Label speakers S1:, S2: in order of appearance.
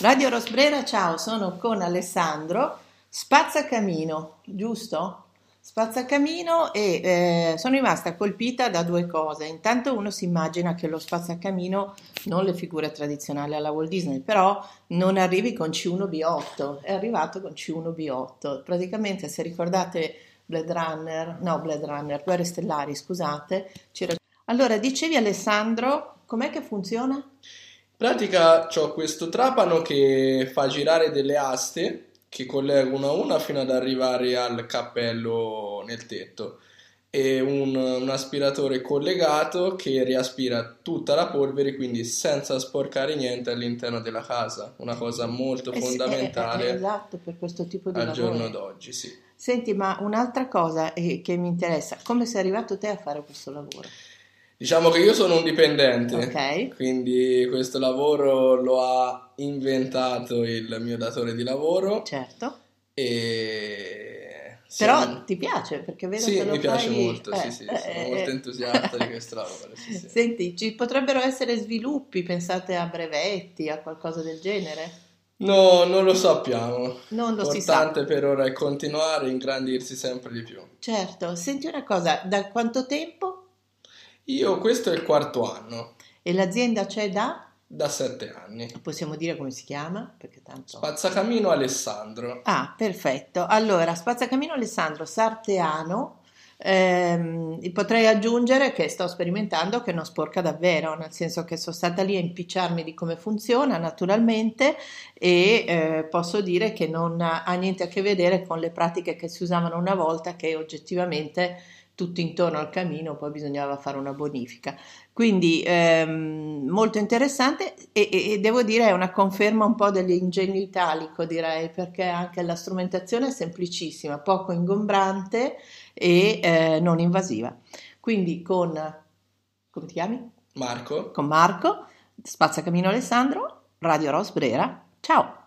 S1: Radio Rosbrera, ciao, sono con Alessandro Spazzacamino, giusto? Spazzacamino e eh, sono rimasta colpita da due cose. Intanto uno si immagina che lo spazzacamino, non le figure tradizionali alla Walt Disney, però non arrivi con C1B8, è arrivato con C1B8. Praticamente se ricordate Blade Runner, no Blade Runner, Guerre Stellari, scusate, c'era... Allora, dicevi Alessandro, com'è che funziona?
S2: In pratica ho questo trapano che fa girare delle aste che collego una a una fino ad arrivare al cappello nel tetto e un, un aspiratore collegato che riaspira tutta la polvere quindi senza sporcare niente all'interno della casa una cosa molto
S1: Eh sì,
S2: fondamentale
S1: eh, eh, esatto, per questo tipo di
S2: al
S1: lavoro.
S2: giorno d'oggi sì.
S1: Senti, ma un'altra cosa eh, che mi interessa, come sei arrivato te a fare questo lavoro?
S2: diciamo che io sono un dipendente
S1: Ok?
S2: quindi questo lavoro lo ha inventato il mio datore di lavoro
S1: Certo.
S2: e
S1: Però
S2: siamo-
S1: ti piace perché vedo
S2: Sì,
S1: che lo
S2: mi piace
S1: fai-
S2: molto, sì,
S1: eh,
S2: sì,
S1: eh,
S2: sono
S1: eh,
S2: molto
S1: eh.
S2: entusiasta di questo lavoro, sì, sì.
S1: Senti, ci potrebbero essere sviluppi, pensate a brevetti, a qualcosa del genere?
S2: No, non lo sappiamo.
S1: Non lo si sa.
S2: L'importante per ora è continuare e ingrandirsi sempre di più.
S1: Certo, senti una cosa, da quanto tempo?
S2: Io, questo è il quarto anno,
S1: E l'azienda c'è da?
S2: da sette anni.
S1: Possiamo dire come si chiama? Perché tanto...
S2: Spazzacamino Alessandro.
S1: Ah, perfetto. Allora, Spazzacamino Alessandro Sarteano, ehm, potrei aggiungere che sto sperimentando che non sporca davvero, nel senso che sono stata lì a impicciarmi di come funziona naturalmente e eh, posso dire che non ha ha niente a che vedere con le pratiche che si usavano una volta che oggettivamente tutto intorno al camino poi bisognava fare una bonifica. Quindi ehm, molto interessante e, e- e devo dire è una conferma un po' dell'ingegno italico, direi, perché anche la strumentazione è semplicissima, poco ingombrante e eh, non invasiva. Quindi con, come ti chiami?
S2: Marco?
S1: Con Marco, Spazzacamino Alessandro, Radio Rosbrera. Ciao!